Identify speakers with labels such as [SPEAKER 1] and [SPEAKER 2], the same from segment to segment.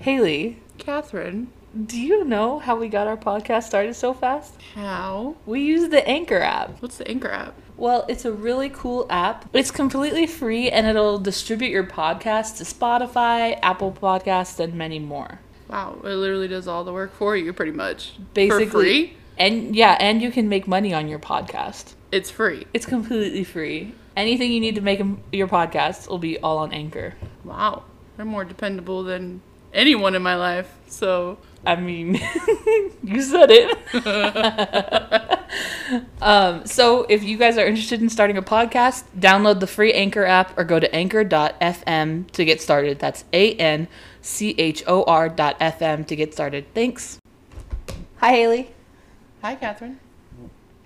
[SPEAKER 1] Haley,
[SPEAKER 2] Catherine,
[SPEAKER 1] do you know how we got our podcast started so fast?
[SPEAKER 2] how?
[SPEAKER 1] We use the Anchor app.
[SPEAKER 2] What's the Anchor app?
[SPEAKER 1] Well, it's a really cool app. It's completely free and it'll distribute your podcast to Spotify, Apple Podcasts, and many more.
[SPEAKER 2] Wow, it literally does all the work for you, pretty much.
[SPEAKER 1] Basically,
[SPEAKER 2] for free.
[SPEAKER 1] and yeah, and you can make money on your podcast.
[SPEAKER 2] It's free.
[SPEAKER 1] It's completely free. Anything you need to make m- your podcast will be all on Anchor.
[SPEAKER 2] Wow, they're more dependable than anyone in my life. So
[SPEAKER 1] I mean, you said it. um, so, if you guys are interested in starting a podcast, download the free Anchor app or go to anchor.fm to get started. That's A N C H O R dot FM to get started. Thanks. Hi, Haley.
[SPEAKER 2] hi, Catherine.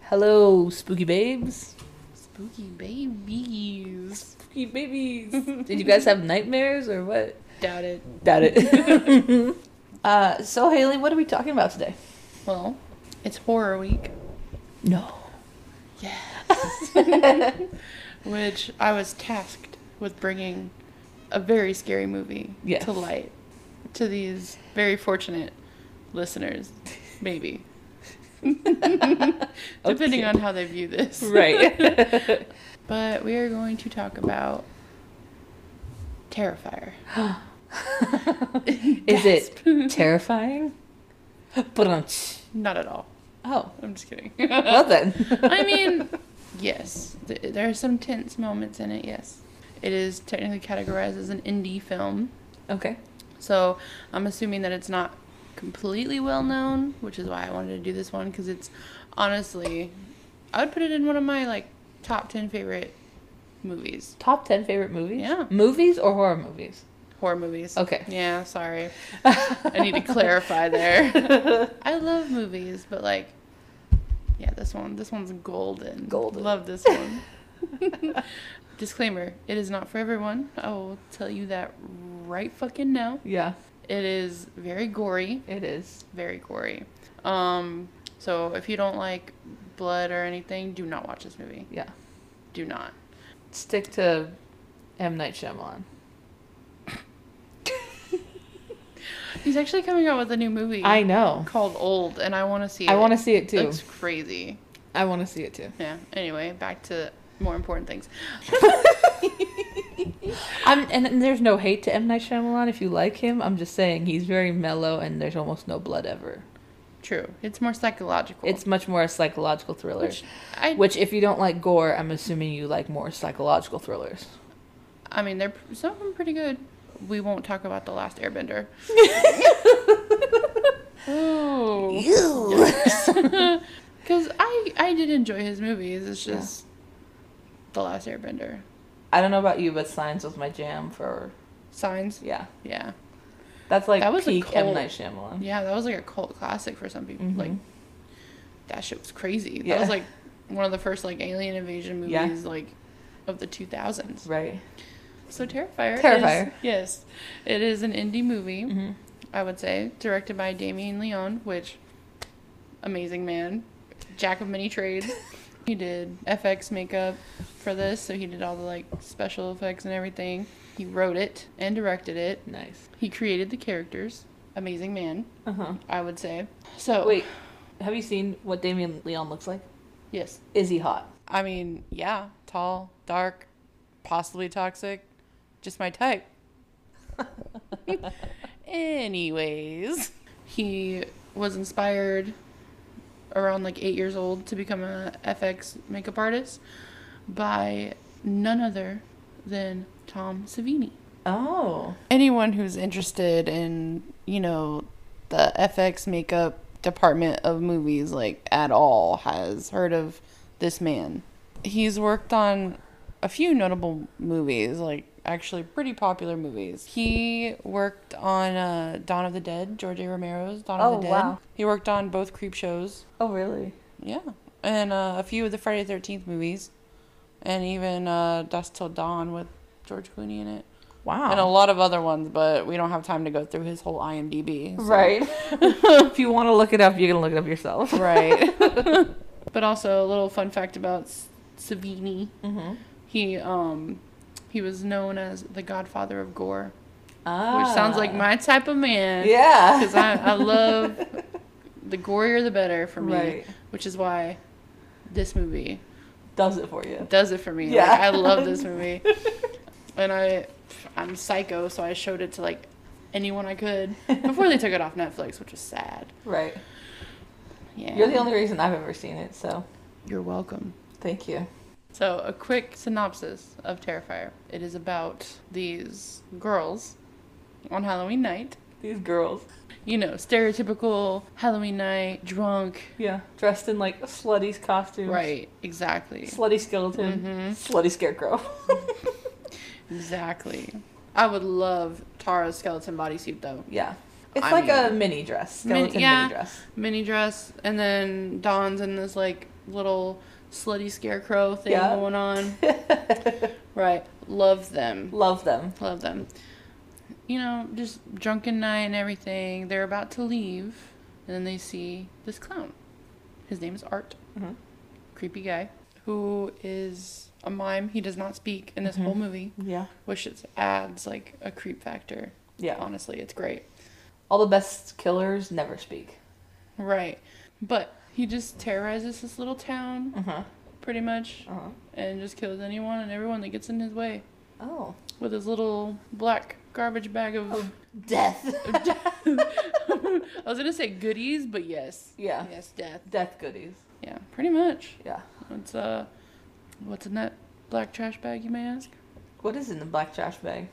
[SPEAKER 1] Hello, spooky babes.
[SPEAKER 2] Spooky babies.
[SPEAKER 1] Spooky babies. Did you guys have nightmares or what?
[SPEAKER 2] Doubt it.
[SPEAKER 1] Doubt it. uh, so, Haley, what are we talking about today?
[SPEAKER 2] Well, it's horror week,
[SPEAKER 1] No.
[SPEAKER 2] which I was tasked with bringing a very scary movie
[SPEAKER 1] Yes.
[SPEAKER 2] to light to these very fortunate listeners, maybe. Depending
[SPEAKER 1] Okay.
[SPEAKER 2] on how they view this.
[SPEAKER 1] Right.
[SPEAKER 2] But we are going to talk about Terrifier.
[SPEAKER 1] Is it terrifying? Brunch.
[SPEAKER 2] Not at all.
[SPEAKER 1] Oh,
[SPEAKER 2] I'm just kidding.
[SPEAKER 1] well then.
[SPEAKER 2] I mean, yes, th- there are some tense moments in it, yes. It is technically categorized as an indie film.
[SPEAKER 1] Okay.
[SPEAKER 2] So I'm assuming that it's not completely well known, which is why I wanted to do this one because it's honestly, I would put it in one of my like top 10 favorite movies,
[SPEAKER 1] Top 10 favorite movies?
[SPEAKER 2] Yeah.
[SPEAKER 1] Movies or horror movies?
[SPEAKER 2] horror movies.
[SPEAKER 1] Okay.
[SPEAKER 2] Yeah, sorry. I need to clarify there. I love movies, but like, yeah, this one, this one's golden.
[SPEAKER 1] Golden.
[SPEAKER 2] Love this one. Disclaimer: It is not for everyone. I will tell you that right fucking now.
[SPEAKER 1] Yeah,
[SPEAKER 2] It is very gory,
[SPEAKER 1] it is.
[SPEAKER 2] very gory. Um, so if you don't like blood or anything, do not watch this movie.
[SPEAKER 1] Yeah.
[SPEAKER 2] Do not.
[SPEAKER 1] Stick to M. Night Shyamalan.
[SPEAKER 2] He's actually coming out with a new movie
[SPEAKER 1] I know.
[SPEAKER 2] called Old, and I want to see.
[SPEAKER 1] I
[SPEAKER 2] it.
[SPEAKER 1] want to see it too.
[SPEAKER 2] Looks crazy.
[SPEAKER 1] I want to see it too.
[SPEAKER 2] Yeah. Anyway, back to more important things.
[SPEAKER 1] I'm, and, and there's no hate to M. Night Shyamalan if you like him. I'm just saying he's very mellow and there's almost no blood ever.
[SPEAKER 2] True. It's more psychological.
[SPEAKER 1] It's much more a psychological thriller.
[SPEAKER 2] which I
[SPEAKER 1] Which, if you don't like gore, I'm assuming you like more psychological thrillers.
[SPEAKER 2] I mean, they're some of them pretty good. We won't talk about the last Airbender. Ooh.
[SPEAKER 1] Ew.
[SPEAKER 2] Because I I did enjoy his movies. It's just the last Airbender.
[SPEAKER 1] I don't know about you, but Signs was my jam for
[SPEAKER 2] Signs.
[SPEAKER 1] yeah.
[SPEAKER 2] Yeah.
[SPEAKER 1] That's like
[SPEAKER 2] That was a
[SPEAKER 1] peak M
[SPEAKER 2] cult.
[SPEAKER 1] Night Shyamalan.
[SPEAKER 2] Yeah, that was like a cult classic for some people.
[SPEAKER 1] Mhm.
[SPEAKER 2] Like that shit was crazy. That
[SPEAKER 1] Yeah.
[SPEAKER 2] was like one of the first like alien invasion movies
[SPEAKER 1] Yeah.
[SPEAKER 2] like of the 2000s.
[SPEAKER 1] Right.
[SPEAKER 2] So Terrifier. is-
[SPEAKER 1] Terrifier.
[SPEAKER 2] yes. It is an indie movie.
[SPEAKER 1] hmm
[SPEAKER 2] I would say, directed by Damien Leon, which amazing man, jack of many trades. he did FX makeup for this, so he did all the like special effects and everything. He wrote it and directed it.
[SPEAKER 1] Nice.
[SPEAKER 2] He created the characters. Amazing man,
[SPEAKER 1] Uh huh.
[SPEAKER 2] I would say. So
[SPEAKER 1] Wait, have you seen what Damien Leon looks like?
[SPEAKER 2] yes,
[SPEAKER 1] Is he hot?
[SPEAKER 2] I mean, yeah, tall, dark, possibly toxic, just my type. Anyways, he was inspired around like eight years old to become a FX makeup artist by none other than Tom Savini.
[SPEAKER 1] Oh.
[SPEAKER 2] Anyone who's interested in, you know, the FX makeup department of movies, like at all, has heard of this man. He's worked on a few notable movies, like actually pretty popular movies. He worked on uh, Dawn of the Dead, George A. Romero's Dawn
[SPEAKER 1] Oh,
[SPEAKER 2] of the Dead.
[SPEAKER 1] wow.
[SPEAKER 2] He worked on both creep shows,
[SPEAKER 1] Oh really?
[SPEAKER 2] yeah, and uh, a few of the Friday Thirteenth movies, and even uh, Dust Till Dawn with George Clooney in it
[SPEAKER 1] Wow.
[SPEAKER 2] and a lot of other ones, but we don't have time to go through his whole IMDb. so-
[SPEAKER 1] right. if you want to look it up, you can look it up yourself.
[SPEAKER 2] Right. but also a little fun fact about S- Savini.
[SPEAKER 1] Mm-hmm.
[SPEAKER 2] He um he was known as the godfather of gore. which sounds like my type of man.
[SPEAKER 1] Ah. Yeah.
[SPEAKER 2] Because I, I love the gorier the better for me,
[SPEAKER 1] Right.
[SPEAKER 2] which is why this movie
[SPEAKER 1] Does it for you.
[SPEAKER 2] does it for me.
[SPEAKER 1] Yeah.
[SPEAKER 2] Like, I love this movie. and I, I'm psycho, so I showed it to like anyone I could before they took it off Netflix, which was sad.
[SPEAKER 1] Right.
[SPEAKER 2] Yeah.
[SPEAKER 1] You're the only reason I've ever seen it, so
[SPEAKER 2] You're welcome.
[SPEAKER 1] thank you.
[SPEAKER 2] So, a quick synopsis of Terrifier. It is about these girls on Halloween night.
[SPEAKER 1] These girls.
[SPEAKER 2] You know, stereotypical Halloween night, drunk.
[SPEAKER 1] Yeah. Dressed in like slutty costumes.
[SPEAKER 2] Right, exactly.
[SPEAKER 1] Slutty skeleton.
[SPEAKER 2] Mm-hmm.
[SPEAKER 1] Slutty scarecrow.
[SPEAKER 2] Exactly. I would love Tara's skeleton bodysuit though.
[SPEAKER 1] yeah. It's
[SPEAKER 2] I
[SPEAKER 1] like a
[SPEAKER 2] mean-
[SPEAKER 1] mini dress.
[SPEAKER 2] Mini-
[SPEAKER 1] Skeleton mini,
[SPEAKER 2] yeah.
[SPEAKER 1] dress.
[SPEAKER 2] Mini dress, and then Dawn's in this like little slutty scarecrow thing
[SPEAKER 1] Yeah.
[SPEAKER 2] going on. right. Love them.
[SPEAKER 1] Love them.
[SPEAKER 2] Love them. You know, just drunken night and everything. They're about to leave, and then they see this clown. His name is Art.
[SPEAKER 1] Mhm.
[SPEAKER 2] Creepy guy who is a mime. He does not speak in this whole movie,
[SPEAKER 1] Yeah.
[SPEAKER 2] which is, adds like a creep factor.
[SPEAKER 1] Yeah.
[SPEAKER 2] Honestly, it's great.
[SPEAKER 1] All the best killers never speak.
[SPEAKER 2] Right. But he just terrorizes this little town,
[SPEAKER 1] Uh-huh.
[SPEAKER 2] pretty much,
[SPEAKER 1] Uh-huh.
[SPEAKER 2] and just kills anyone and everyone that gets in his way
[SPEAKER 1] Oh.
[SPEAKER 2] with his little black garbage bag of.
[SPEAKER 1] Oh. Death.
[SPEAKER 2] I was gonna say goodies, but yes.
[SPEAKER 1] yeah.
[SPEAKER 2] Yes, death.
[SPEAKER 1] Death goodies.
[SPEAKER 2] Yeah, pretty much.
[SPEAKER 1] Yeah.
[SPEAKER 2] It's uh, what's in that black trash bag? You may ask.
[SPEAKER 1] What is in the black trash bag?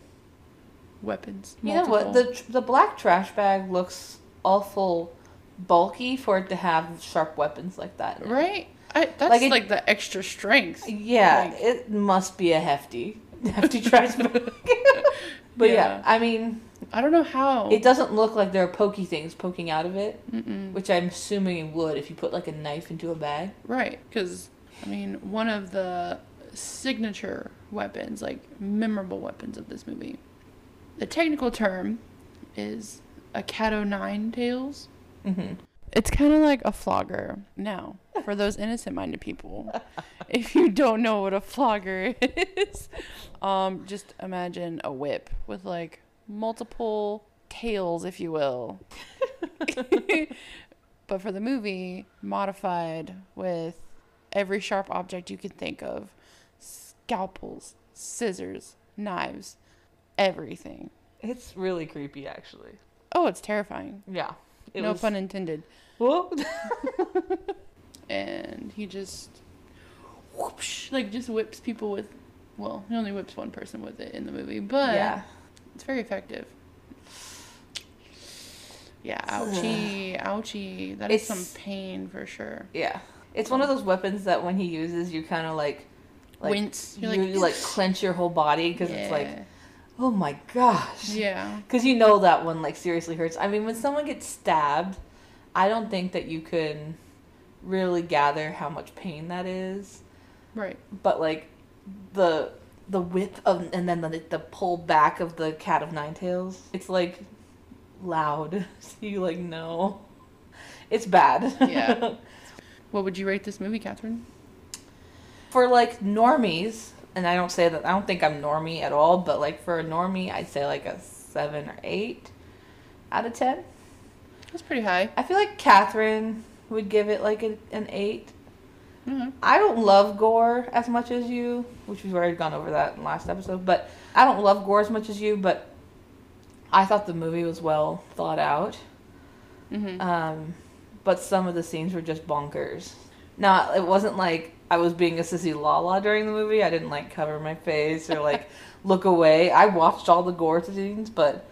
[SPEAKER 2] Weapons.
[SPEAKER 1] You know what?
[SPEAKER 2] multiple.
[SPEAKER 1] The tr- the black trash bag looks awful bulky for it to have sharp weapons like that. in it.
[SPEAKER 2] right? I, that's
[SPEAKER 1] Like
[SPEAKER 2] like,
[SPEAKER 1] it-
[SPEAKER 2] the extra strength.
[SPEAKER 1] Yeah,
[SPEAKER 2] Like-
[SPEAKER 1] it must be a hefty hefty trash bag. but yeah.
[SPEAKER 2] Yeah.
[SPEAKER 1] I mean,
[SPEAKER 2] I don't know how.
[SPEAKER 1] it doesn't look like there are pokey things poking out of it,
[SPEAKER 2] Mm-mm.
[SPEAKER 1] which I'm assuming it would if you put like a knife into a bag.
[SPEAKER 2] Right, because I mean, one of the signature weapons, like memorable weapons of this movie, the technical term is a cat o' nine tails.
[SPEAKER 1] Mm-hmm.
[SPEAKER 2] It's kind of like a flogger. Now, for those innocent-minded people, if you don't know what a flogger is, um, just imagine a whip with like multiple tails, if you will. but for the movie, modified with every sharp object you can think of: scalpels, scissors, knives, everything.
[SPEAKER 1] It's really creepy, actually.
[SPEAKER 2] Oh, it's terrifying.
[SPEAKER 1] Yeah. It
[SPEAKER 2] no
[SPEAKER 1] was-
[SPEAKER 2] pun intended.
[SPEAKER 1] Whoa.
[SPEAKER 2] and he just whoosh, like just whips people with well he only whips one person with it in the movie but
[SPEAKER 1] yeah.
[SPEAKER 2] it's very effective yeah ouchie ouchie that is
[SPEAKER 1] It's-
[SPEAKER 2] some pain for sure
[SPEAKER 1] Yeah. It's one of those weapons that when he uses, you kind of like, like
[SPEAKER 2] wince
[SPEAKER 1] you
[SPEAKER 2] you're
[SPEAKER 1] like,
[SPEAKER 2] like,
[SPEAKER 1] clench your whole body because it's like,
[SPEAKER 2] yeah.
[SPEAKER 1] oh my gosh.
[SPEAKER 2] yeah
[SPEAKER 1] Because you know that one like seriously hurts. I mean, when someone gets stabbed, I don't think that you can really gather how much pain that is.
[SPEAKER 2] right
[SPEAKER 1] But like the the whip of and then the the pull back of the cat of nine tails, it's like loud. so you like no, it's bad.
[SPEAKER 2] Yeah. what would you rate this movie catherine
[SPEAKER 1] for like normies, and I don't say that I don't think I'm normie at all, but like for a normie, I'd say like a seven or eight out of ten.
[SPEAKER 2] that's pretty high
[SPEAKER 1] I feel like Catherine would give it like an, an eight.
[SPEAKER 2] Mhm.
[SPEAKER 1] I don't love gore as much as you, which we've already gone over that in last episode, but I don't love gore as much as you, but I thought the movie was well thought out.
[SPEAKER 2] Mhm.
[SPEAKER 1] Um, but some of the scenes were just bonkers. Now, it wasn't like I was being a sissy lala during the movie. I didn't like cover my face or like look away. I watched all the gore scenes, but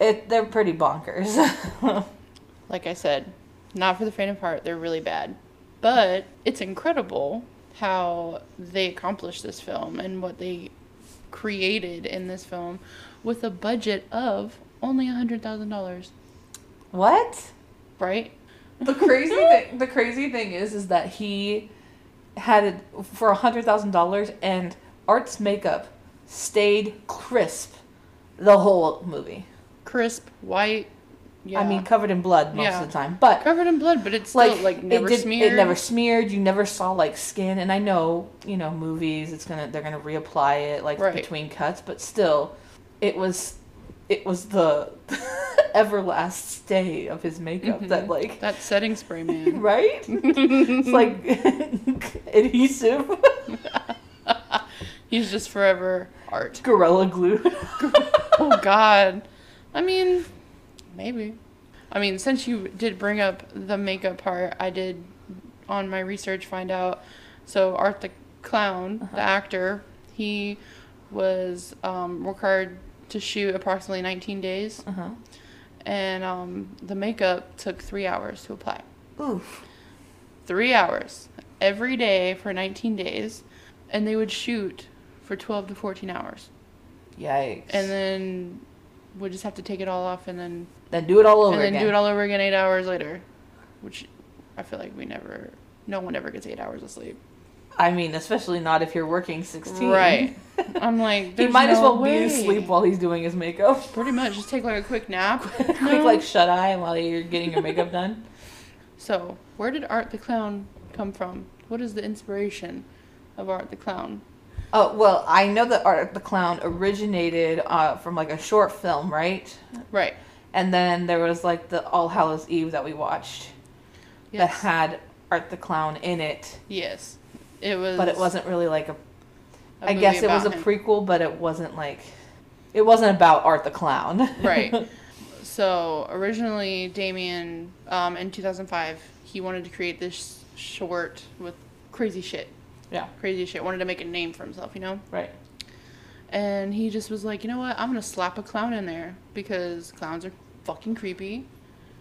[SPEAKER 1] it they're pretty bonkers.
[SPEAKER 2] like I said, not for the faint of heart. They're really bad. But it's incredible how they accomplished this film and what they created in this film with a budget of only $100,000,
[SPEAKER 1] what?
[SPEAKER 2] right?
[SPEAKER 1] The crazy thing, the crazy thing is, is that he had it for a hundred thousand dollars, and Art's makeup stayed crisp the whole movie.
[SPEAKER 2] Crisp, white. Yeah.
[SPEAKER 1] I mean, covered in blood most
[SPEAKER 2] Yeah.
[SPEAKER 1] of the time, but
[SPEAKER 2] covered in blood, but it's still
[SPEAKER 1] like,
[SPEAKER 2] like, never
[SPEAKER 1] it, did,
[SPEAKER 2] smeared.
[SPEAKER 1] it never smeared. You never saw like skin, and I know you know movies. It's gonna they're gonna reapply it like
[SPEAKER 2] Right.
[SPEAKER 1] between cuts, but still, it was it was the everlast stay of his makeup that
[SPEAKER 2] Mm-hmm.
[SPEAKER 1] like
[SPEAKER 2] That setting spray man.
[SPEAKER 1] right it's like adhesive
[SPEAKER 2] He's just forever art.
[SPEAKER 1] gorilla glue
[SPEAKER 2] Oh God. I mean, maybe. I mean, since you did bring up the makeup part, I did on my research find out. So Art the clown, the actor, he was um, required to shoot approximately 19 days,
[SPEAKER 1] uh-huh.
[SPEAKER 2] and um, the makeup took three hours to apply.
[SPEAKER 1] oof
[SPEAKER 2] Three hours every day for 19 days, and they would shoot for 12 to 14 hours,
[SPEAKER 1] yikes
[SPEAKER 2] and then would just have to take it all off and then
[SPEAKER 1] then do it all over
[SPEAKER 2] and then
[SPEAKER 1] again
[SPEAKER 2] do it all over again eight hours later, which I feel like we never, no one ever gets eight hours of sleep.
[SPEAKER 1] i mean especially not if you're working 16
[SPEAKER 2] Right. I'm like,
[SPEAKER 1] he
[SPEAKER 2] there's
[SPEAKER 1] might as
[SPEAKER 2] no
[SPEAKER 1] well
[SPEAKER 2] way.
[SPEAKER 1] be asleep while he's doing his makeup
[SPEAKER 2] Pretty much, just take like a quick nap.
[SPEAKER 1] quick
[SPEAKER 2] No.
[SPEAKER 1] like shut eye while you're getting your makeup done
[SPEAKER 2] So, where did Art the Clown come from? What is the inspiration of Art the Clown?
[SPEAKER 1] Oh well, I know that Art the Clown originated uh, from like a short film, right?
[SPEAKER 2] Right.
[SPEAKER 1] And then there was like the All Hallows Eve that we watched that
[SPEAKER 2] Yes.
[SPEAKER 1] had Art the Clown in it,
[SPEAKER 2] Yes. It was.
[SPEAKER 1] but it wasn't really like a.
[SPEAKER 2] a
[SPEAKER 1] I
[SPEAKER 2] movie
[SPEAKER 1] guess it was a
[SPEAKER 2] about him.
[SPEAKER 1] prequel, but it wasn't like. It wasn't about Art the Clown.
[SPEAKER 2] right. So originally, Damien, um, in 2005, he wanted to create this short with crazy shit.
[SPEAKER 1] Yeah.
[SPEAKER 2] Crazy shit. Wanted to make a name for himself, you know?
[SPEAKER 1] right.
[SPEAKER 2] And he just was like, you know what? I'm going to slap a clown in there because clowns are fucking creepy.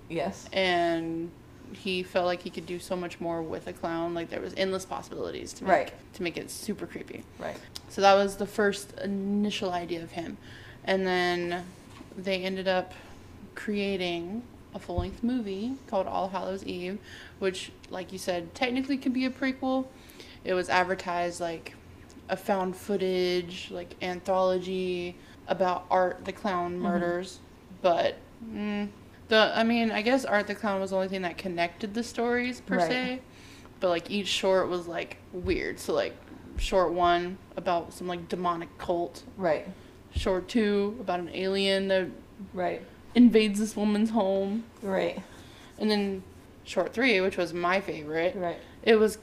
[SPEAKER 1] Yes.
[SPEAKER 2] And he felt like he could do so much more with a clown. Like there was endless possibilities to make,
[SPEAKER 1] Right.
[SPEAKER 2] to make it super creepy.
[SPEAKER 1] Right.
[SPEAKER 2] So that was the first initial idea of him. And then they ended up creating a full length movie called All Hallows Eve, which, like you said, technically could be a prequel. It was advertised like a found footage, like anthology about Art the Clown murders. But mm, the, I mean, I guess Art the Clown was the only thing that connected the stories per
[SPEAKER 1] Right.
[SPEAKER 2] se. But like each short was like weird. So like short one about some like demonic cult.
[SPEAKER 1] Right.
[SPEAKER 2] Short two about an alien that
[SPEAKER 1] Right.
[SPEAKER 2] invades this woman's home.
[SPEAKER 1] Right.
[SPEAKER 2] And then short three, which was my favorite,
[SPEAKER 1] Right.
[SPEAKER 2] it was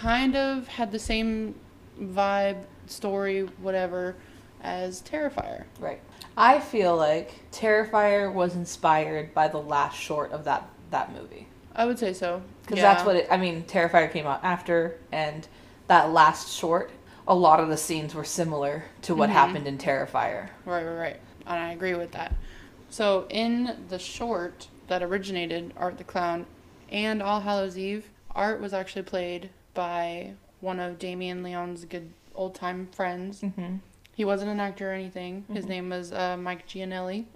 [SPEAKER 2] kind of had the same vibe, story, whatever, as Terrifier.
[SPEAKER 1] Right. I feel like Terrifier was inspired by the last short of that that movie.
[SPEAKER 2] I would say so.
[SPEAKER 1] because that's what it i mean terrifier came out after and that last short a lot of the scenes were similar to what
[SPEAKER 2] Mm-hmm.
[SPEAKER 1] happened in terrifier
[SPEAKER 2] Right, right, right. And I agree with that. So in the short that originated Art the Clown and All Hallows Eve, Art was actually played by one of Damien Leon's good old time friends.
[SPEAKER 1] mm-hmm.
[SPEAKER 2] He wasn't an actor or anything. His name was uh, Mike Gianelli.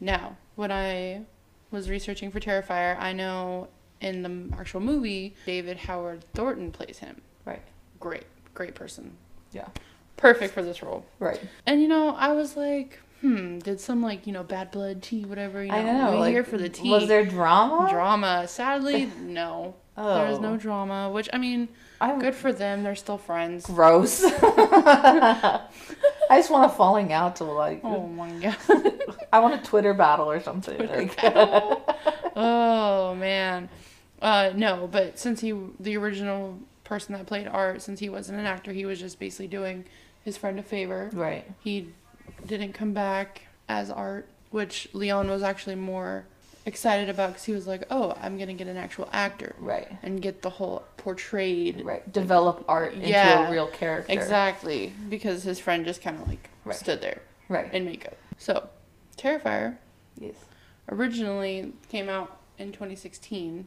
[SPEAKER 2] Now, when I was researching for Terrifier, I know in the m- actual movie, David Howard Thornton plays him.
[SPEAKER 1] right
[SPEAKER 2] Great, great person.
[SPEAKER 1] yeah
[SPEAKER 2] Perfect for this role.
[SPEAKER 1] right
[SPEAKER 2] And you know, I was like, hmm, did some like you know bad blood tea, whatever. You know,
[SPEAKER 1] i know
[SPEAKER 2] we
[SPEAKER 1] like,
[SPEAKER 2] here for the tea.
[SPEAKER 1] was there drama
[SPEAKER 2] drama? Sadly, no.
[SPEAKER 1] oh
[SPEAKER 2] There was no drama. Which I mean,
[SPEAKER 1] i'm
[SPEAKER 2] good for them. They're still friends.
[SPEAKER 1] gross i just want a falling out to like
[SPEAKER 2] Oh my god.
[SPEAKER 1] i want a twitter battle or something like
[SPEAKER 2] oh man. Uh, no, but since he the original person that played Art, since he wasn't an actor, he was just basically doing his friend a favor.
[SPEAKER 1] right
[SPEAKER 2] he didn't come back as art, which Leon was actually more excited about because he was like, "Oh, I'm gonna get an actual actor
[SPEAKER 1] right
[SPEAKER 2] and get the whole portrayed."
[SPEAKER 1] right develop art into
[SPEAKER 2] Yeah,
[SPEAKER 1] a real character
[SPEAKER 2] Exactly, because his friend just kind of like
[SPEAKER 1] Right.
[SPEAKER 2] stood there
[SPEAKER 1] right
[SPEAKER 2] in makeup. So, Terrifier
[SPEAKER 1] yes
[SPEAKER 2] originally came out in 2016,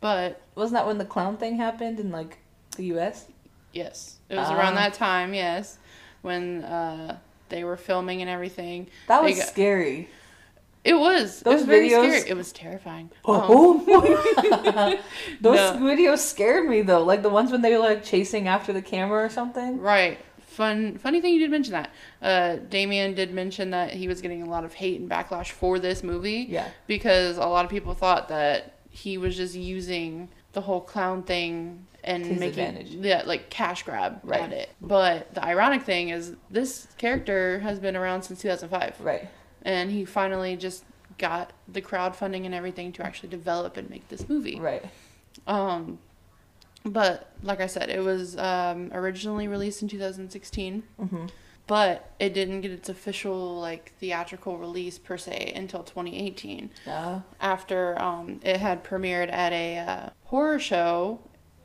[SPEAKER 2] but
[SPEAKER 1] wasn't that when the clown thing happened in like the us
[SPEAKER 2] yes, it was around
[SPEAKER 1] Ah.
[SPEAKER 2] that time. Yes, when uh, they were filming and everything,
[SPEAKER 1] that
[SPEAKER 2] They
[SPEAKER 1] was
[SPEAKER 2] got-
[SPEAKER 1] scary
[SPEAKER 2] it was it
[SPEAKER 1] Those
[SPEAKER 2] was very
[SPEAKER 1] videos-
[SPEAKER 2] scary. It was terrifying. Um,
[SPEAKER 1] Oh, those
[SPEAKER 2] No.
[SPEAKER 1] videos scared me though. Like the ones when they were like chasing after the camera or something.
[SPEAKER 2] Right. Fun. Funny thing you did mention that. Uh, Damien did mention that he was getting a lot of hate and backlash for this movie.
[SPEAKER 1] Yeah.
[SPEAKER 2] Because a lot of people thought that he was just using the whole clown thing and
[SPEAKER 1] To his
[SPEAKER 2] making
[SPEAKER 1] advantage.
[SPEAKER 2] yeah like cash grab
[SPEAKER 1] Right.
[SPEAKER 2] at it. But the ironic thing is this character has been around since 2005.
[SPEAKER 1] Right.
[SPEAKER 2] and he finally just got the crowdfunding and everything to actually develop and make this movie.
[SPEAKER 1] Right.
[SPEAKER 2] Um, but like I said, it was um, originally released in 2016,
[SPEAKER 1] Mm-hmm.
[SPEAKER 2] but it didn't get its official like theatrical release per se until 2018
[SPEAKER 1] Uh,
[SPEAKER 2] after um, it had premiered at a uh, horror show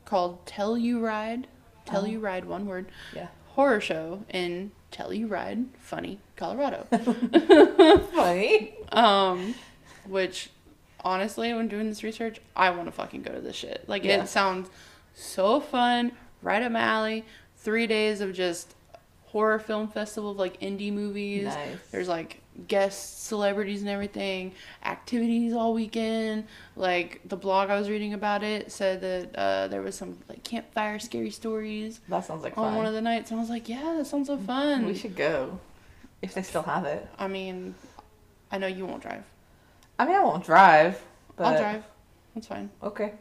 [SPEAKER 2] called Telluride. Telluride, one word.
[SPEAKER 1] yeah.
[SPEAKER 2] Horror show in Telluride, funny, Colorado.
[SPEAKER 1] Funny.
[SPEAKER 2] um, which, honestly, when doing this research, I want to fucking go to this shit. Like,
[SPEAKER 1] Yeah.
[SPEAKER 2] it sounds so fun, right up my alley. Three days of just horror film festival of like indie movies.
[SPEAKER 1] Nice.
[SPEAKER 2] There's like guest celebrities and everything, activities all weekend. Like the blog I was reading about it said that uh, there was some like campfire scary stories
[SPEAKER 1] That sounds like
[SPEAKER 2] on
[SPEAKER 1] fun.
[SPEAKER 2] one of the nights, and I was like, yeah, that sounds so fun.
[SPEAKER 1] we should go if they still have it.
[SPEAKER 2] I mean, I know you won't drive.
[SPEAKER 1] I mean, I won't drive. But
[SPEAKER 2] I'll drive. That's fine.
[SPEAKER 1] Okay.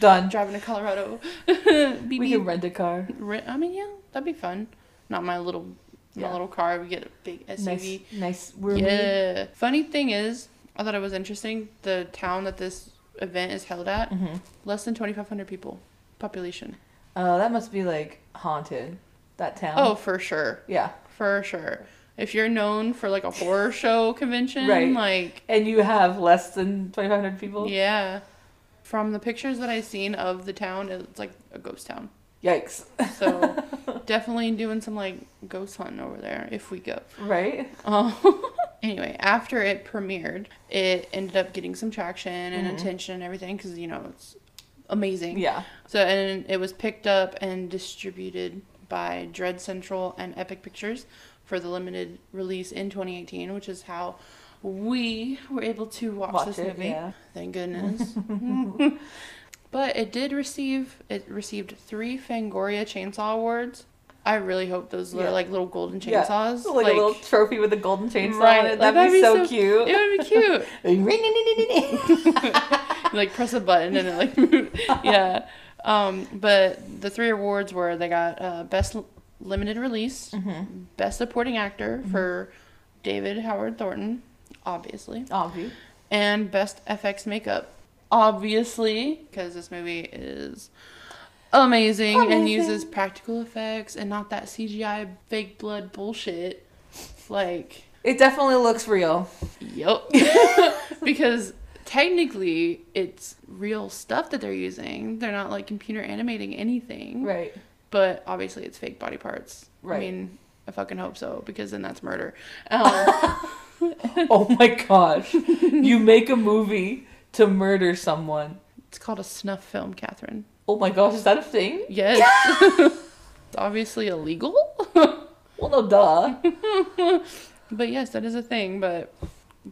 [SPEAKER 1] Done.
[SPEAKER 2] I'm driving to Colorado. Beep,
[SPEAKER 1] We can
[SPEAKER 2] beep.
[SPEAKER 1] rent a car.
[SPEAKER 2] Rent- I mean, yeah, that'd be fun. Not my little,
[SPEAKER 1] Yeah.
[SPEAKER 2] my little car. We get a big SUV.
[SPEAKER 1] Nice, nice roomy.
[SPEAKER 2] Yeah. Funny thing is, I thought it was interesting. The town that this event is held at,
[SPEAKER 1] hmm
[SPEAKER 2] less than 2,500 people population.
[SPEAKER 1] Uh, that must be like haunted. That town.
[SPEAKER 2] Oh, for sure.
[SPEAKER 1] Yeah.
[SPEAKER 2] For sure. If you're known for like a horror show convention,
[SPEAKER 1] Right.
[SPEAKER 2] like,
[SPEAKER 1] And you have less than 2,500 people?
[SPEAKER 2] yeah. From the pictures that I've seen of the town, it's like a ghost town.
[SPEAKER 1] Yikes.
[SPEAKER 2] So definitely doing some like ghost hunting over there if we go.
[SPEAKER 1] Right?
[SPEAKER 2] Um, anyway, after it premiered, it ended up getting some traction and
[SPEAKER 1] Mhm.
[SPEAKER 2] attention and everything because you know it's amazing.
[SPEAKER 1] Yeah.
[SPEAKER 2] So and it was picked up and distributed by Dread Central and Epic Pictures for the limited release in 2018, which is how we were able to watch,
[SPEAKER 1] Watch
[SPEAKER 2] this
[SPEAKER 1] it,
[SPEAKER 2] movie.
[SPEAKER 1] yeah.
[SPEAKER 2] Thank goodness. but it did receive it received three Fangoria Chainsaw Awards. I really hope those
[SPEAKER 1] Yeah.
[SPEAKER 2] are like little golden
[SPEAKER 1] Yeah.
[SPEAKER 2] chainsaws.
[SPEAKER 1] Like, a little trophy with a golden chainsaw
[SPEAKER 2] Right,
[SPEAKER 1] on it.
[SPEAKER 2] like,
[SPEAKER 1] That'd,
[SPEAKER 2] that'd
[SPEAKER 1] be,
[SPEAKER 2] be
[SPEAKER 1] so,
[SPEAKER 2] so-
[SPEAKER 1] cute.
[SPEAKER 2] It would be cute.
[SPEAKER 1] Ring-a-ding-a-ding-a-ding.
[SPEAKER 2] You, like press a button and it like moved. yeah. Um, but the three awards were they got uh, best L- limited release,
[SPEAKER 1] Mm-hmm.
[SPEAKER 2] best supporting actor for David Howard Thornton, obviously,
[SPEAKER 1] Obvi.
[SPEAKER 2] and best FX makeup, obviously, because this movie is. Amazing, and uses
[SPEAKER 1] Amazing.
[SPEAKER 2] practical effects and not that CGI fake blood bullshit. Like,
[SPEAKER 1] It definitely looks real.
[SPEAKER 2] Yep. because technically, it's real stuff that they're using. They're not like computer animating anything.
[SPEAKER 1] Right.
[SPEAKER 2] But obviously, it's fake body parts. I
[SPEAKER 1] Right.
[SPEAKER 2] mean, I fucking hope so because then that's murder. Um,
[SPEAKER 1] Oh my gosh. you make a movie to murder someone.
[SPEAKER 2] it's called a snuff film, Catherine.
[SPEAKER 1] Oh my gosh, is that a thing?
[SPEAKER 2] Yes. it's obviously illegal.
[SPEAKER 1] Well, no, duh.
[SPEAKER 2] but yes, that is a thing. But.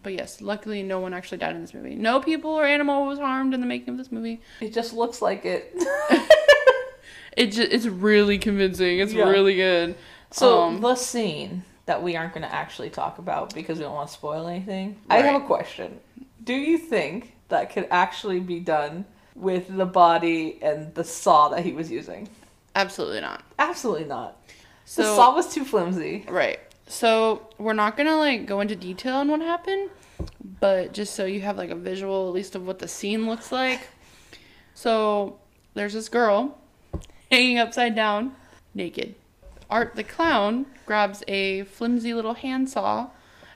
[SPEAKER 2] But yes, luckily no one actually died in this movie. No people or animal was harmed in the making of this movie.
[SPEAKER 1] It just looks like it.
[SPEAKER 2] It just, it's really convincing. It's
[SPEAKER 1] Yeah.
[SPEAKER 2] really good.
[SPEAKER 1] So
[SPEAKER 2] Um,
[SPEAKER 1] the scene that we aren't going to actually talk about because we don't want to spoil anything. I have a
[SPEAKER 2] Right.
[SPEAKER 1] question. Do you think that could actually be done with the body and the saw that he was using?
[SPEAKER 2] Absolutely not.
[SPEAKER 1] Absolutely not.
[SPEAKER 2] So
[SPEAKER 1] the saw was too flimsy.
[SPEAKER 2] right. So we're not gonna like go into detail on what happened, but just so you have like a visual at least of what the scene looks like. So there's this girl hanging upside down, naked. Art the clown grabs a flimsy little handsaw,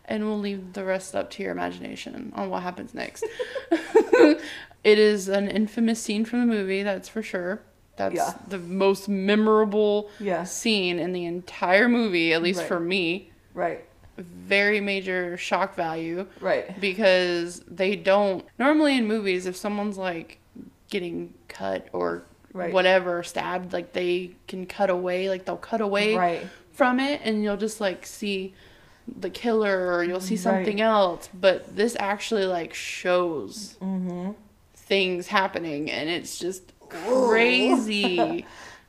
[SPEAKER 2] and we'll leave the rest up to your imagination on what happens next. it is an infamous scene from the movie, that's for sure. That's
[SPEAKER 1] Yeah.
[SPEAKER 2] the most memorable
[SPEAKER 1] Yes.
[SPEAKER 2] scene in the entire movie, at least
[SPEAKER 1] Right.
[SPEAKER 2] for me,
[SPEAKER 1] Right.
[SPEAKER 2] very major shock value
[SPEAKER 1] Right.
[SPEAKER 2] because they don't normally in movies if someone's like getting cut or
[SPEAKER 1] Right.
[SPEAKER 2] whatever stabbed like they can cut away like they'll cut away
[SPEAKER 1] Right.
[SPEAKER 2] from it and you'll just like see the killer or you'll see something
[SPEAKER 1] Right.
[SPEAKER 2] else but this actually like shows
[SPEAKER 1] Mm-hmm.
[SPEAKER 2] things happening and it's just crazy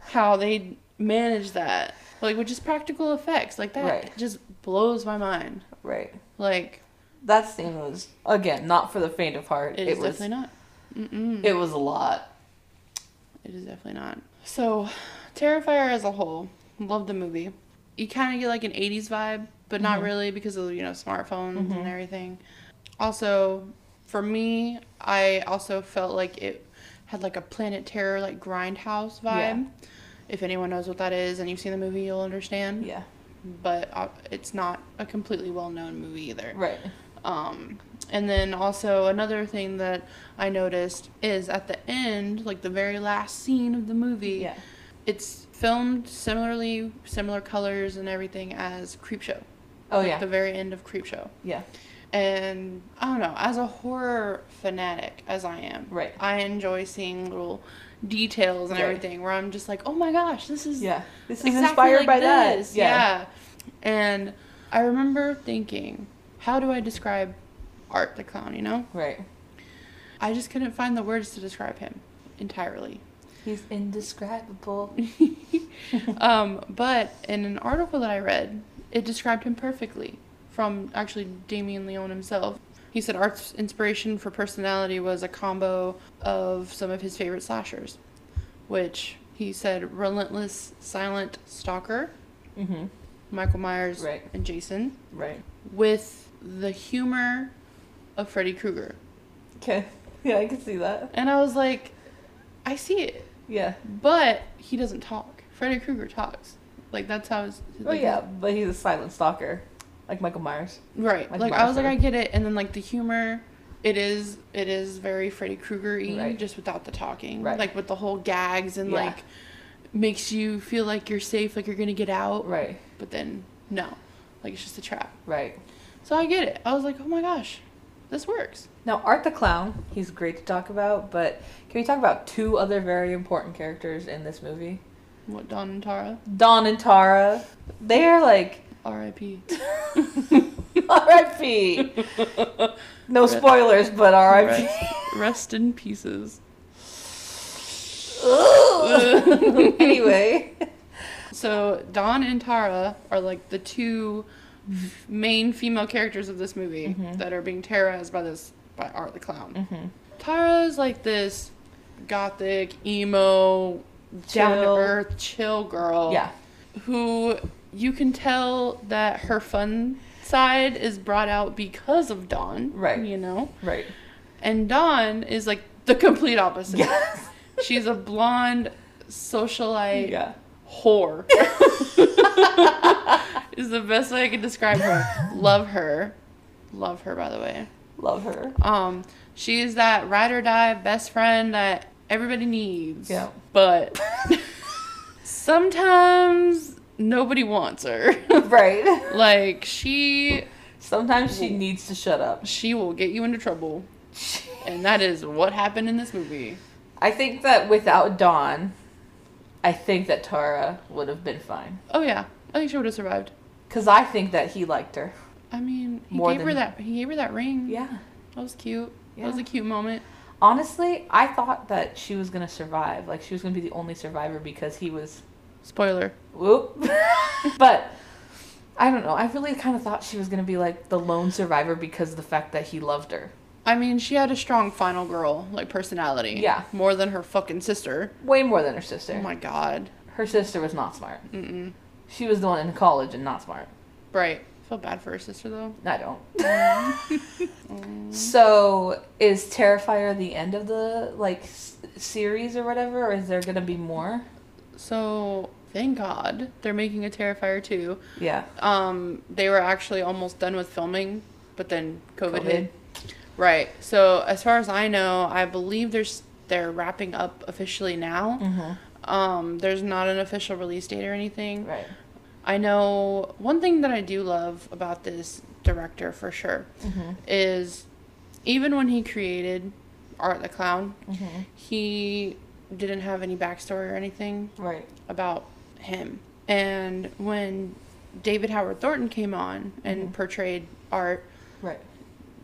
[SPEAKER 2] how they manage that like with just practical effects like that
[SPEAKER 1] Right.
[SPEAKER 2] just blows my mind
[SPEAKER 1] Right.
[SPEAKER 2] like
[SPEAKER 1] That scene was again not for the faint of heart.
[SPEAKER 2] it is
[SPEAKER 1] was
[SPEAKER 2] definitely not
[SPEAKER 1] it was a lot.
[SPEAKER 2] It is definitely not. So, Terrifier as a whole, love the movie. You kind of get like an 80s vibe, but not
[SPEAKER 1] Mm-hmm.
[SPEAKER 2] really because of you know smartphones and everything. Also, for me, I also felt like it had like a Planet Terror like grindhouse
[SPEAKER 1] Yeah.
[SPEAKER 2] vibe. If anyone knows what that is and you've seen the movie, you'll understand.
[SPEAKER 1] Yeah.
[SPEAKER 2] But uh, it's not a completely well-known movie either.
[SPEAKER 1] Right.
[SPEAKER 2] Um, and then also another thing that I noticed is at the end, like the very last scene of the movie,
[SPEAKER 1] Yeah.
[SPEAKER 2] it's filmed similarly, similar colors and everything as Creepshow.
[SPEAKER 1] Oh
[SPEAKER 2] Like,
[SPEAKER 1] yeah.
[SPEAKER 2] The very end of Creepshow.
[SPEAKER 1] yeah.
[SPEAKER 2] And I don't know, as a horror fanatic as I am,
[SPEAKER 1] Right.
[SPEAKER 2] I enjoy seeing little details and
[SPEAKER 1] Right.
[SPEAKER 2] everything where I'm just like, oh my gosh, this is
[SPEAKER 1] Yeah. This is
[SPEAKER 2] exactly
[SPEAKER 1] inspired
[SPEAKER 2] like
[SPEAKER 1] by
[SPEAKER 2] this."
[SPEAKER 1] that. Yeah.
[SPEAKER 2] And I remember thinking, how do I describe Art the Clown, you know?
[SPEAKER 1] Right.
[SPEAKER 2] I just couldn't find the words to describe him entirely.
[SPEAKER 1] He's indescribable.
[SPEAKER 2] um, but in an article that I read, it described him perfectly from actually Damien Leone himself. He said Art's inspiration for personality was a combo of some of his favorite slashers, which he said relentless, silent stalker,
[SPEAKER 1] mm-hmm.
[SPEAKER 2] Michael Myers,
[SPEAKER 1] Right.
[SPEAKER 2] and Jason,
[SPEAKER 1] Right.
[SPEAKER 2] with the humor of Freddy Krueger.
[SPEAKER 1] Okay. Yeah, I can see that.
[SPEAKER 2] And I was like, I see it,
[SPEAKER 1] Yeah.
[SPEAKER 2] but he doesn't talk. Freddy Krueger talks. Like that's how his,
[SPEAKER 1] Oh
[SPEAKER 2] like,
[SPEAKER 1] yeah, but he's a silent stalker, like Michael Myers.
[SPEAKER 2] Right.
[SPEAKER 1] Like
[SPEAKER 2] Like, I was like,
[SPEAKER 1] Martha.
[SPEAKER 2] I get it, and then like the humor, it is it is very Freddy Krueger y,
[SPEAKER 1] Right.
[SPEAKER 2] just without the talking.
[SPEAKER 1] Right.
[SPEAKER 2] Like with the whole gags and
[SPEAKER 1] Yeah.
[SPEAKER 2] like makes you feel like you're safe, like you're gonna get out.
[SPEAKER 1] Right.
[SPEAKER 2] But then no. Like it's just a trap.
[SPEAKER 1] Right.
[SPEAKER 2] So I get it. I was like, Oh my gosh, this works.
[SPEAKER 1] Now, Art the Clown, he's great to talk about, but can we talk about two other very important characters in this movie?
[SPEAKER 2] What Don and Tara?
[SPEAKER 1] Dawn and Tara. They're like,
[SPEAKER 2] R.I.P.
[SPEAKER 1] RIP. No spoilers, but RIP.
[SPEAKER 2] Rest, rest in pieces.
[SPEAKER 1] Ugh. anyway.
[SPEAKER 2] So Dawn and Tara are like the two f- main female characters of this movie
[SPEAKER 1] Mm-hmm.
[SPEAKER 2] that are being terrorized by this by Art the Clown. Tara's like this gothic emo down to
[SPEAKER 1] Chill.
[SPEAKER 2] earth chill girl.
[SPEAKER 1] Yeah.
[SPEAKER 2] Who you can tell that her fun side is brought out because of Dawn.
[SPEAKER 1] Right.
[SPEAKER 2] You know?
[SPEAKER 1] Right.
[SPEAKER 2] And Dawn is like the complete opposite.
[SPEAKER 1] Yes.
[SPEAKER 2] She's a blonde socialite
[SPEAKER 1] Yeah.
[SPEAKER 2] whore is the best way I can describe her. Love her. Love her by the way.
[SPEAKER 1] Love her.
[SPEAKER 2] Um she is that ride or die best friend that everybody needs.
[SPEAKER 1] Yeah.
[SPEAKER 2] But sometimes nobody wants her.
[SPEAKER 1] Right.
[SPEAKER 2] like she
[SPEAKER 1] Sometimes she needs to shut up.
[SPEAKER 2] she will get you into trouble. And that is what happened in this movie.
[SPEAKER 1] I think that without Dawn, I think that Tara would have been fine.
[SPEAKER 2] Oh yeah. I think she would have survived.
[SPEAKER 1] Because I think that he liked her.
[SPEAKER 2] I mean, he
[SPEAKER 1] More
[SPEAKER 2] gave her
[SPEAKER 1] than-
[SPEAKER 2] that he gave her that ring.
[SPEAKER 1] Yeah.
[SPEAKER 2] That was cute. That was
[SPEAKER 1] Yeah.
[SPEAKER 2] a cute moment.
[SPEAKER 1] Honestly, I thought that she was gonna survive. Like she was gonna be the only survivor because he was
[SPEAKER 2] Spoiler.
[SPEAKER 1] whoop. but I don't know. I really kind of thought she was gonna be like the lone survivor because of the fact that he loved her.
[SPEAKER 2] I mean, she had a strong final girl like personality.
[SPEAKER 1] Yeah.
[SPEAKER 2] More than her fucking sister.
[SPEAKER 1] Way more than her sister.
[SPEAKER 2] Oh my god.
[SPEAKER 1] her sister was not smart.
[SPEAKER 2] Mm-mm.
[SPEAKER 1] She was the one in college and not smart.
[SPEAKER 2] Right. I feel bad for her sister though.
[SPEAKER 1] I don't.
[SPEAKER 3] Mm.
[SPEAKER 1] so is Terrifier the end of the like s- series or whatever, or is there gonna be more?
[SPEAKER 2] So thank God they're making a Terrifier two.
[SPEAKER 1] Yeah.
[SPEAKER 2] Um, they were actually almost done with filming, but then COVID,
[SPEAKER 1] COVID.
[SPEAKER 2] hit. Right. So as far as I know, I believe there's they're wrapping up officially now.
[SPEAKER 1] Mm.
[SPEAKER 2] Um, there's not an official release date or anything.
[SPEAKER 1] Mm-hmm. Right.
[SPEAKER 2] I know one thing that I do love about this director for sure
[SPEAKER 1] Mm-hmm.
[SPEAKER 2] is even when he created Art the Clown,
[SPEAKER 1] Mm-hmm.
[SPEAKER 2] he didn't have any backstory or anything
[SPEAKER 1] Right.
[SPEAKER 2] about him. And when David Howard Thornton came on and
[SPEAKER 1] Mm-hmm.
[SPEAKER 2] portrayed Art,
[SPEAKER 1] Right.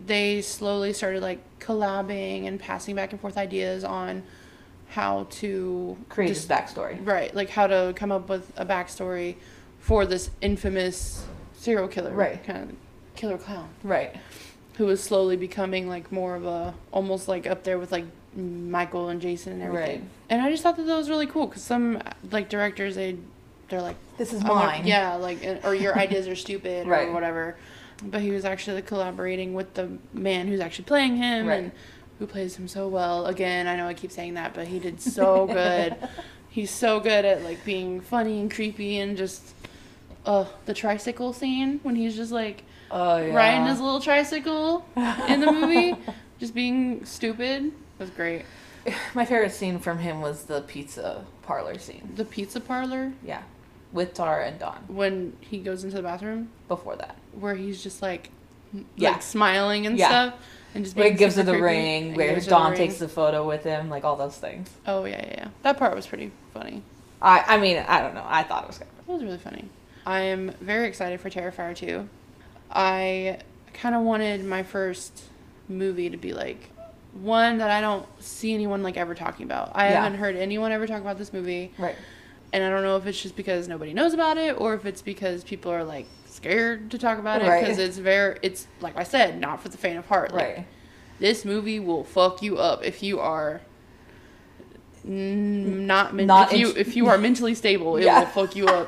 [SPEAKER 2] they slowly started like collabing and passing back and forth ideas on how to
[SPEAKER 1] Create
[SPEAKER 2] dis-
[SPEAKER 1] his backstory.
[SPEAKER 2] Right, like how to come up with a backstory for this infamous serial killer,
[SPEAKER 1] Right.
[SPEAKER 2] Kind of killer clown
[SPEAKER 1] Right.
[SPEAKER 2] who was slowly becoming like more of a almost like up there with like Michael and Jason and everything.
[SPEAKER 1] Right.
[SPEAKER 2] And I just thought that that was really cool because some like directors they they're like
[SPEAKER 3] This is
[SPEAKER 2] "Oh, my-"
[SPEAKER 3] mine.
[SPEAKER 2] yeah, like and- or your ideas are stupid
[SPEAKER 1] Right.
[SPEAKER 2] or whatever. But he was actually collaborating with the man who's actually playing him
[SPEAKER 1] Right.
[SPEAKER 2] and who plays him so well. Again, I know I keep saying that, but he did so good. He's so good at like being funny and creepy and just uh the tricycle scene when he's just like
[SPEAKER 1] Oh yeah.
[SPEAKER 2] riding his little tricycle in the movie, just being stupid was great.
[SPEAKER 1] My favorite scene from him was the pizza parlor scene.
[SPEAKER 2] The pizza parlor
[SPEAKER 1] Yeah, with Tara and Don.
[SPEAKER 2] when he goes into the bathroom
[SPEAKER 1] Before that,
[SPEAKER 2] where he's just like, n-
[SPEAKER 1] Yeah.
[SPEAKER 2] like smiling and
[SPEAKER 1] Yeah.
[SPEAKER 2] stuff, and just
[SPEAKER 1] where
[SPEAKER 2] being
[SPEAKER 1] he gives her
[SPEAKER 2] super
[SPEAKER 1] the
[SPEAKER 2] creepy.
[SPEAKER 1] ring,
[SPEAKER 2] And
[SPEAKER 1] where
[SPEAKER 2] gives her
[SPEAKER 1] Don
[SPEAKER 2] ring.
[SPEAKER 1] takes the photo with him, like all those things.
[SPEAKER 2] Oh yeah, yeah, yeah. That part was pretty funny.
[SPEAKER 1] I, I mean, I don't know. I thought it was good.
[SPEAKER 2] That was really funny. I am very excited for Terrifier 2. I kind of wanted my first movie to be like one that I don't see anyone like ever talking about. I
[SPEAKER 1] Yeah.
[SPEAKER 2] haven't heard anyone ever talk about this movie.
[SPEAKER 1] Right.
[SPEAKER 2] And I don't know if it's just because nobody knows about it or if it's because people are like scared to talk about it
[SPEAKER 1] Right.
[SPEAKER 2] because it's very it's like I said, not for the faint of heart. Like,
[SPEAKER 1] Right.
[SPEAKER 2] This movie will fuck you up if you are n- not, men-
[SPEAKER 1] Not
[SPEAKER 2] if you
[SPEAKER 1] int-
[SPEAKER 2] if you are mentally stable, it
[SPEAKER 1] Yeah.
[SPEAKER 2] will fuck you up.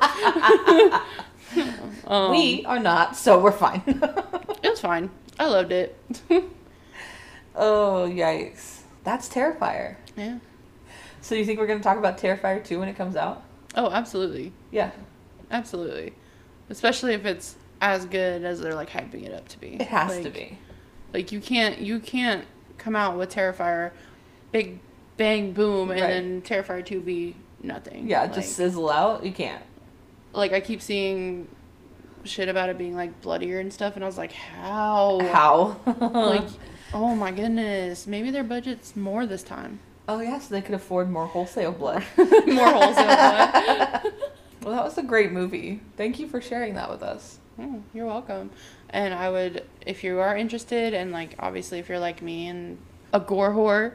[SPEAKER 2] um,
[SPEAKER 1] we are not, so we're fine.
[SPEAKER 2] it was fine. I loved it.
[SPEAKER 1] oh yikes! That's Terrifier.
[SPEAKER 2] yeah.
[SPEAKER 1] So you think we're gonna talk about Terrifier two when it comes out?
[SPEAKER 2] Oh, absolutely,
[SPEAKER 1] Yeah.
[SPEAKER 2] absolutely. Especially if it's as good as they're like hyping it up to be.
[SPEAKER 1] It has to
[SPEAKER 2] Like,
[SPEAKER 1] be.
[SPEAKER 2] Like you can't you can't come out with Terrifier, big bang boom, and
[SPEAKER 1] Right.
[SPEAKER 2] then Terrifier two be nothing.
[SPEAKER 1] Yeah,
[SPEAKER 2] like,
[SPEAKER 1] just sizzle out. You can't.
[SPEAKER 2] like I keep seeing shit about it being like bloodier and stuff, and I was like, how?
[SPEAKER 1] How?
[SPEAKER 2] Oh. Like, oh my goodness, maybe their budget's more this time.
[SPEAKER 1] oh yeah, so they could afford more wholesale blood.
[SPEAKER 2] more wholesale. blood.
[SPEAKER 1] Well, that was a great movie. Thank you for sharing that with us.
[SPEAKER 2] Oh, you're welcome. And I would, if you are interested, and like obviously if you're like me and a gore whore,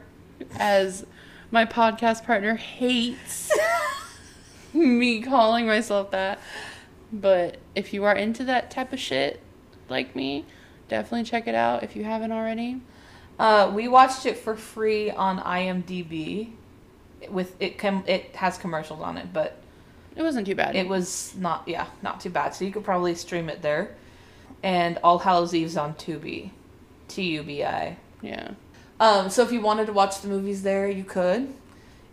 [SPEAKER 2] as my podcast partner hates me calling myself that. But if you are into that type of shit, like me, definitely check it out if you haven't already.
[SPEAKER 1] Uh, we watched it for free on IMDb. With it, com- it has commercials on it, but
[SPEAKER 2] It wasn't too bad.
[SPEAKER 1] it was not, yeah, not too bad. So you could probably stream it there. And All Hallows Eve's on Tubi, T U B I.
[SPEAKER 2] yeah.
[SPEAKER 1] Um, so if you wanted to watch the movies there, you could.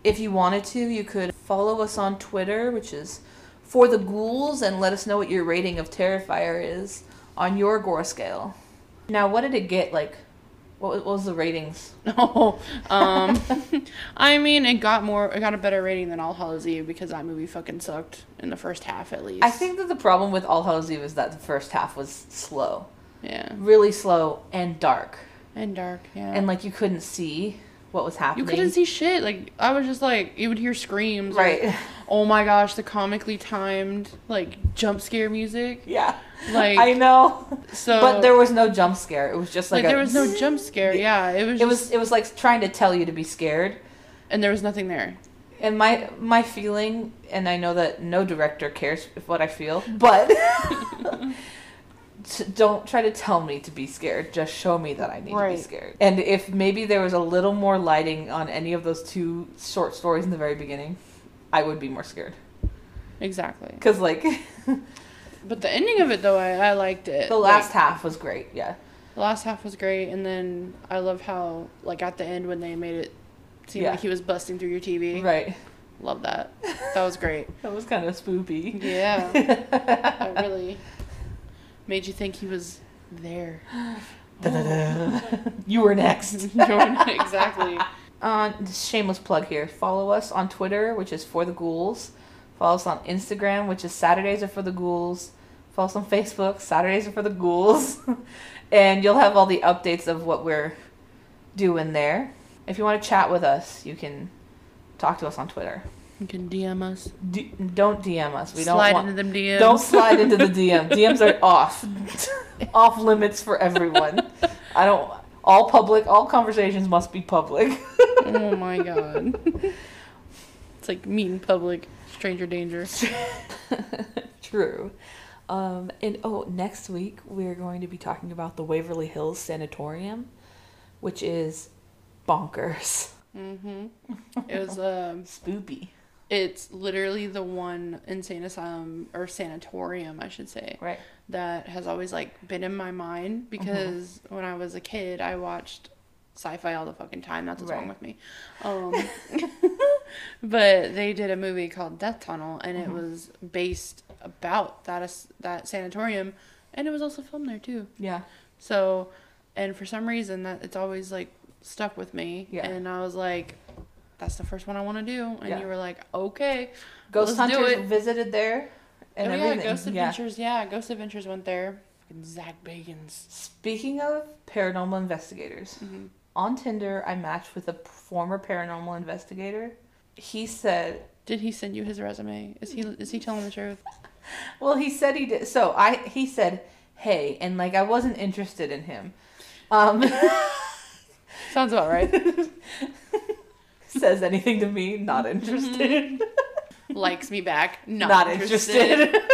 [SPEAKER 1] If you wanted to, you could follow us on Twitter, which is for the ghouls, and let us know what your rating of Terrifier is on your gore scale. Now, what did it get? Like, what wa- what was the ratings?
[SPEAKER 2] No. Um, I mean, it got more. It got a better rating than All Hallows Eve because that movie fucking sucked in the first half, at least.
[SPEAKER 1] I think that the problem with All Hallows Eve is that the first half was slow,
[SPEAKER 2] Yeah.
[SPEAKER 1] really slow and dark,
[SPEAKER 2] And dark. Yeah.
[SPEAKER 1] and like you couldn't see what was
[SPEAKER 2] you
[SPEAKER 1] happening.
[SPEAKER 2] couldn't see shit. Like I was just like, you would hear screams. or,
[SPEAKER 1] right?
[SPEAKER 2] oh my gosh, the comically timed like jump scare music.
[SPEAKER 1] yeah,
[SPEAKER 2] Like
[SPEAKER 1] I know.
[SPEAKER 2] so.
[SPEAKER 1] but there was no jump scare. It was just like,
[SPEAKER 2] like, there
[SPEAKER 1] a
[SPEAKER 2] was no jump scare. Yeah. It was. Just,
[SPEAKER 1] It was it was like trying to tell you to be scared.
[SPEAKER 2] And there was nothing there.
[SPEAKER 1] And my my feeling, and I know that no director cares if what I feel, but t- don't try to tell me to be scared. Just show me that I need to
[SPEAKER 2] Right.
[SPEAKER 1] be scared. And if maybe there was a little more lighting on any of those two short stories in the very beginning, I would be more scared.
[SPEAKER 2] Exactly.
[SPEAKER 1] Cause like
[SPEAKER 2] But the ending of it though, I, I liked it.
[SPEAKER 1] the
[SPEAKER 2] Like,
[SPEAKER 1] last half was great. Yeah.
[SPEAKER 2] The last half was great, and then I love how like at the end when they made it seem
[SPEAKER 1] Yeah.
[SPEAKER 2] like he was busting through your TV.
[SPEAKER 1] Right.
[SPEAKER 2] Love that. That was great.
[SPEAKER 1] That was kind of spoopy.
[SPEAKER 2] Yeah. that really made you think he was there.
[SPEAKER 1] You were next.
[SPEAKER 2] Jordan, exactly.
[SPEAKER 1] Uh, just shameless plug here. Follow us on Twitter, which is for the ghouls. Follow us on Instagram, which is Saturdays are for the ghouls. Follow us on Facebook, Saturdays are for the ghouls, and you'll have all the updates of what we're doing there. If you want to chat with us, you can talk to us on Twitter.
[SPEAKER 2] You can DM us.
[SPEAKER 1] D- don't DM us. We don't
[SPEAKER 2] Slide
[SPEAKER 1] want.
[SPEAKER 2] into them DMs.
[SPEAKER 1] Don't slide into the DM. DMs are off, off limits for everyone. I don't. All public. All conversations must be public.
[SPEAKER 2] oh my god. it's like meet in public, stranger danger.
[SPEAKER 1] True. Um, and oh, next week we're going to be talking about the Waverly Hills Sanatorium, which is bonkers.
[SPEAKER 2] It was um
[SPEAKER 1] Spoopy.
[SPEAKER 2] It's literally the one insane asylum or sanatorium, I should say,
[SPEAKER 1] Right.
[SPEAKER 2] that has always like been in my mind because when I was a kid, I watched sci-fi all the fucking time. That's what's wrong
[SPEAKER 1] Right.
[SPEAKER 2] with me. Um, but they did a movie called Death Tunnel, and it was based about that as- that sanatorium, and it was also filmed there too.
[SPEAKER 1] Yeah.
[SPEAKER 2] So, and for some reason that it's always like stuck with me.
[SPEAKER 1] Yeah.
[SPEAKER 2] And I was like, that's the first one I want to do. And
[SPEAKER 1] Yeah.
[SPEAKER 2] you were like, okay,
[SPEAKER 1] Ghost
[SPEAKER 2] let's
[SPEAKER 1] hunters
[SPEAKER 2] do it.
[SPEAKER 1] visited there and
[SPEAKER 2] oh,
[SPEAKER 1] everything.
[SPEAKER 2] yeah, Ghost
[SPEAKER 1] yeah.
[SPEAKER 2] Adventures. Yeah. Ghost Adventures went there. Fucking Zach Bagans.
[SPEAKER 1] Speaking of paranormal investigators,
[SPEAKER 2] Mm-hmm.
[SPEAKER 1] on Tinder I matched with a former paranormal investigator. He said,
[SPEAKER 2] Did he send you his resume? Is he is he telling the truth?
[SPEAKER 1] "Well, he said he did." So I he said, "Hey," and like I wasn't interested in him. Um,
[SPEAKER 2] Sounds about right.
[SPEAKER 1] says anything to me? Not interested.
[SPEAKER 2] Likes me back. Mm-hmm. Not,
[SPEAKER 1] Not,
[SPEAKER 2] interested.
[SPEAKER 1] interested.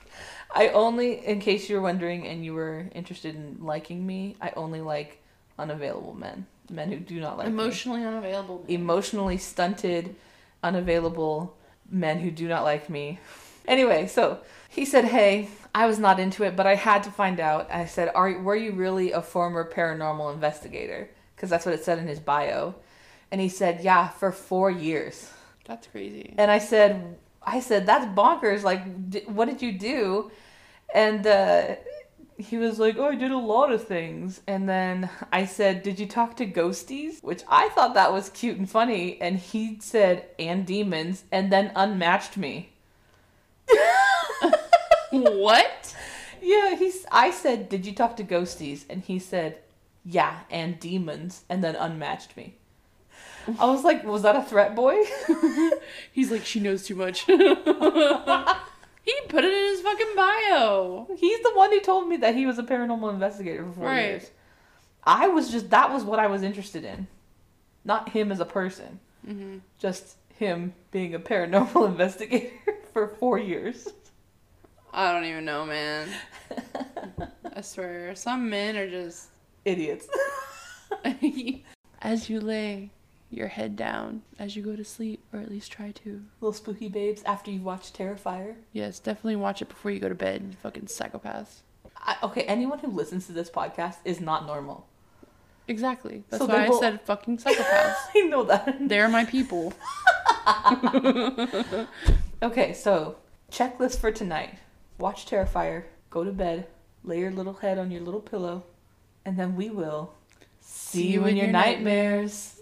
[SPEAKER 1] I only, in case you were wondering, and you were interested in liking me, I only like unavailable men, men who do not like me.
[SPEAKER 2] Emotionally unavailable.
[SPEAKER 1] emotionally stunted, unavailable men who do not like me. Anyway, so he said, "Hey, I was not into it, but I had to find out." I said, "Are were you really a former paranormal investigator?" Because that's what it said in his bio, and he said, "Yeah, for four years."
[SPEAKER 2] That's crazy.
[SPEAKER 1] And I said, "I said that's bonkers. Like, d- what did you do?" And uh, he was like, "Oh, I did a lot of things." And then I said, "Did you talk to ghosties?" Which I thought that was cute and funny. And he said, "And demons," and then unmatched me.
[SPEAKER 2] what?
[SPEAKER 1] Yeah, he's. I said, "Did you talk to ghosties?" And he said, "Yeah, and demons," and then unmatched me. I was like, "Was that a threat, boy?"
[SPEAKER 2] He's like, she knows too much. he put it in his fucking bio.
[SPEAKER 1] He's the one who told me that he was a paranormal investigator for four
[SPEAKER 2] Right.
[SPEAKER 1] years. I was just that was what I was interested in, not him as a person,
[SPEAKER 2] Mm-hmm.
[SPEAKER 1] just him being a paranormal investigator for four years.
[SPEAKER 2] I don't even know, man. I swear, some men are just.
[SPEAKER 1] Idiots.
[SPEAKER 2] as you lay your head down, as you go to sleep, or at least try to.
[SPEAKER 1] Little spooky babes. After you watch Terrifier,
[SPEAKER 2] Yes, definitely watch it before you go to bed, you fucking psychopaths.
[SPEAKER 1] I, okay. Anyone who listens to this podcast is not normal.
[SPEAKER 2] Exactly. That's
[SPEAKER 1] So they
[SPEAKER 2] why
[SPEAKER 1] will-
[SPEAKER 2] I said fucking psychopaths.
[SPEAKER 1] I know that.
[SPEAKER 2] They're my people.
[SPEAKER 1] Okay, so checklist for tonight: watch Terrifier, go to bed, lay your little head on your little pillow, and then we will see, you in your nightmares.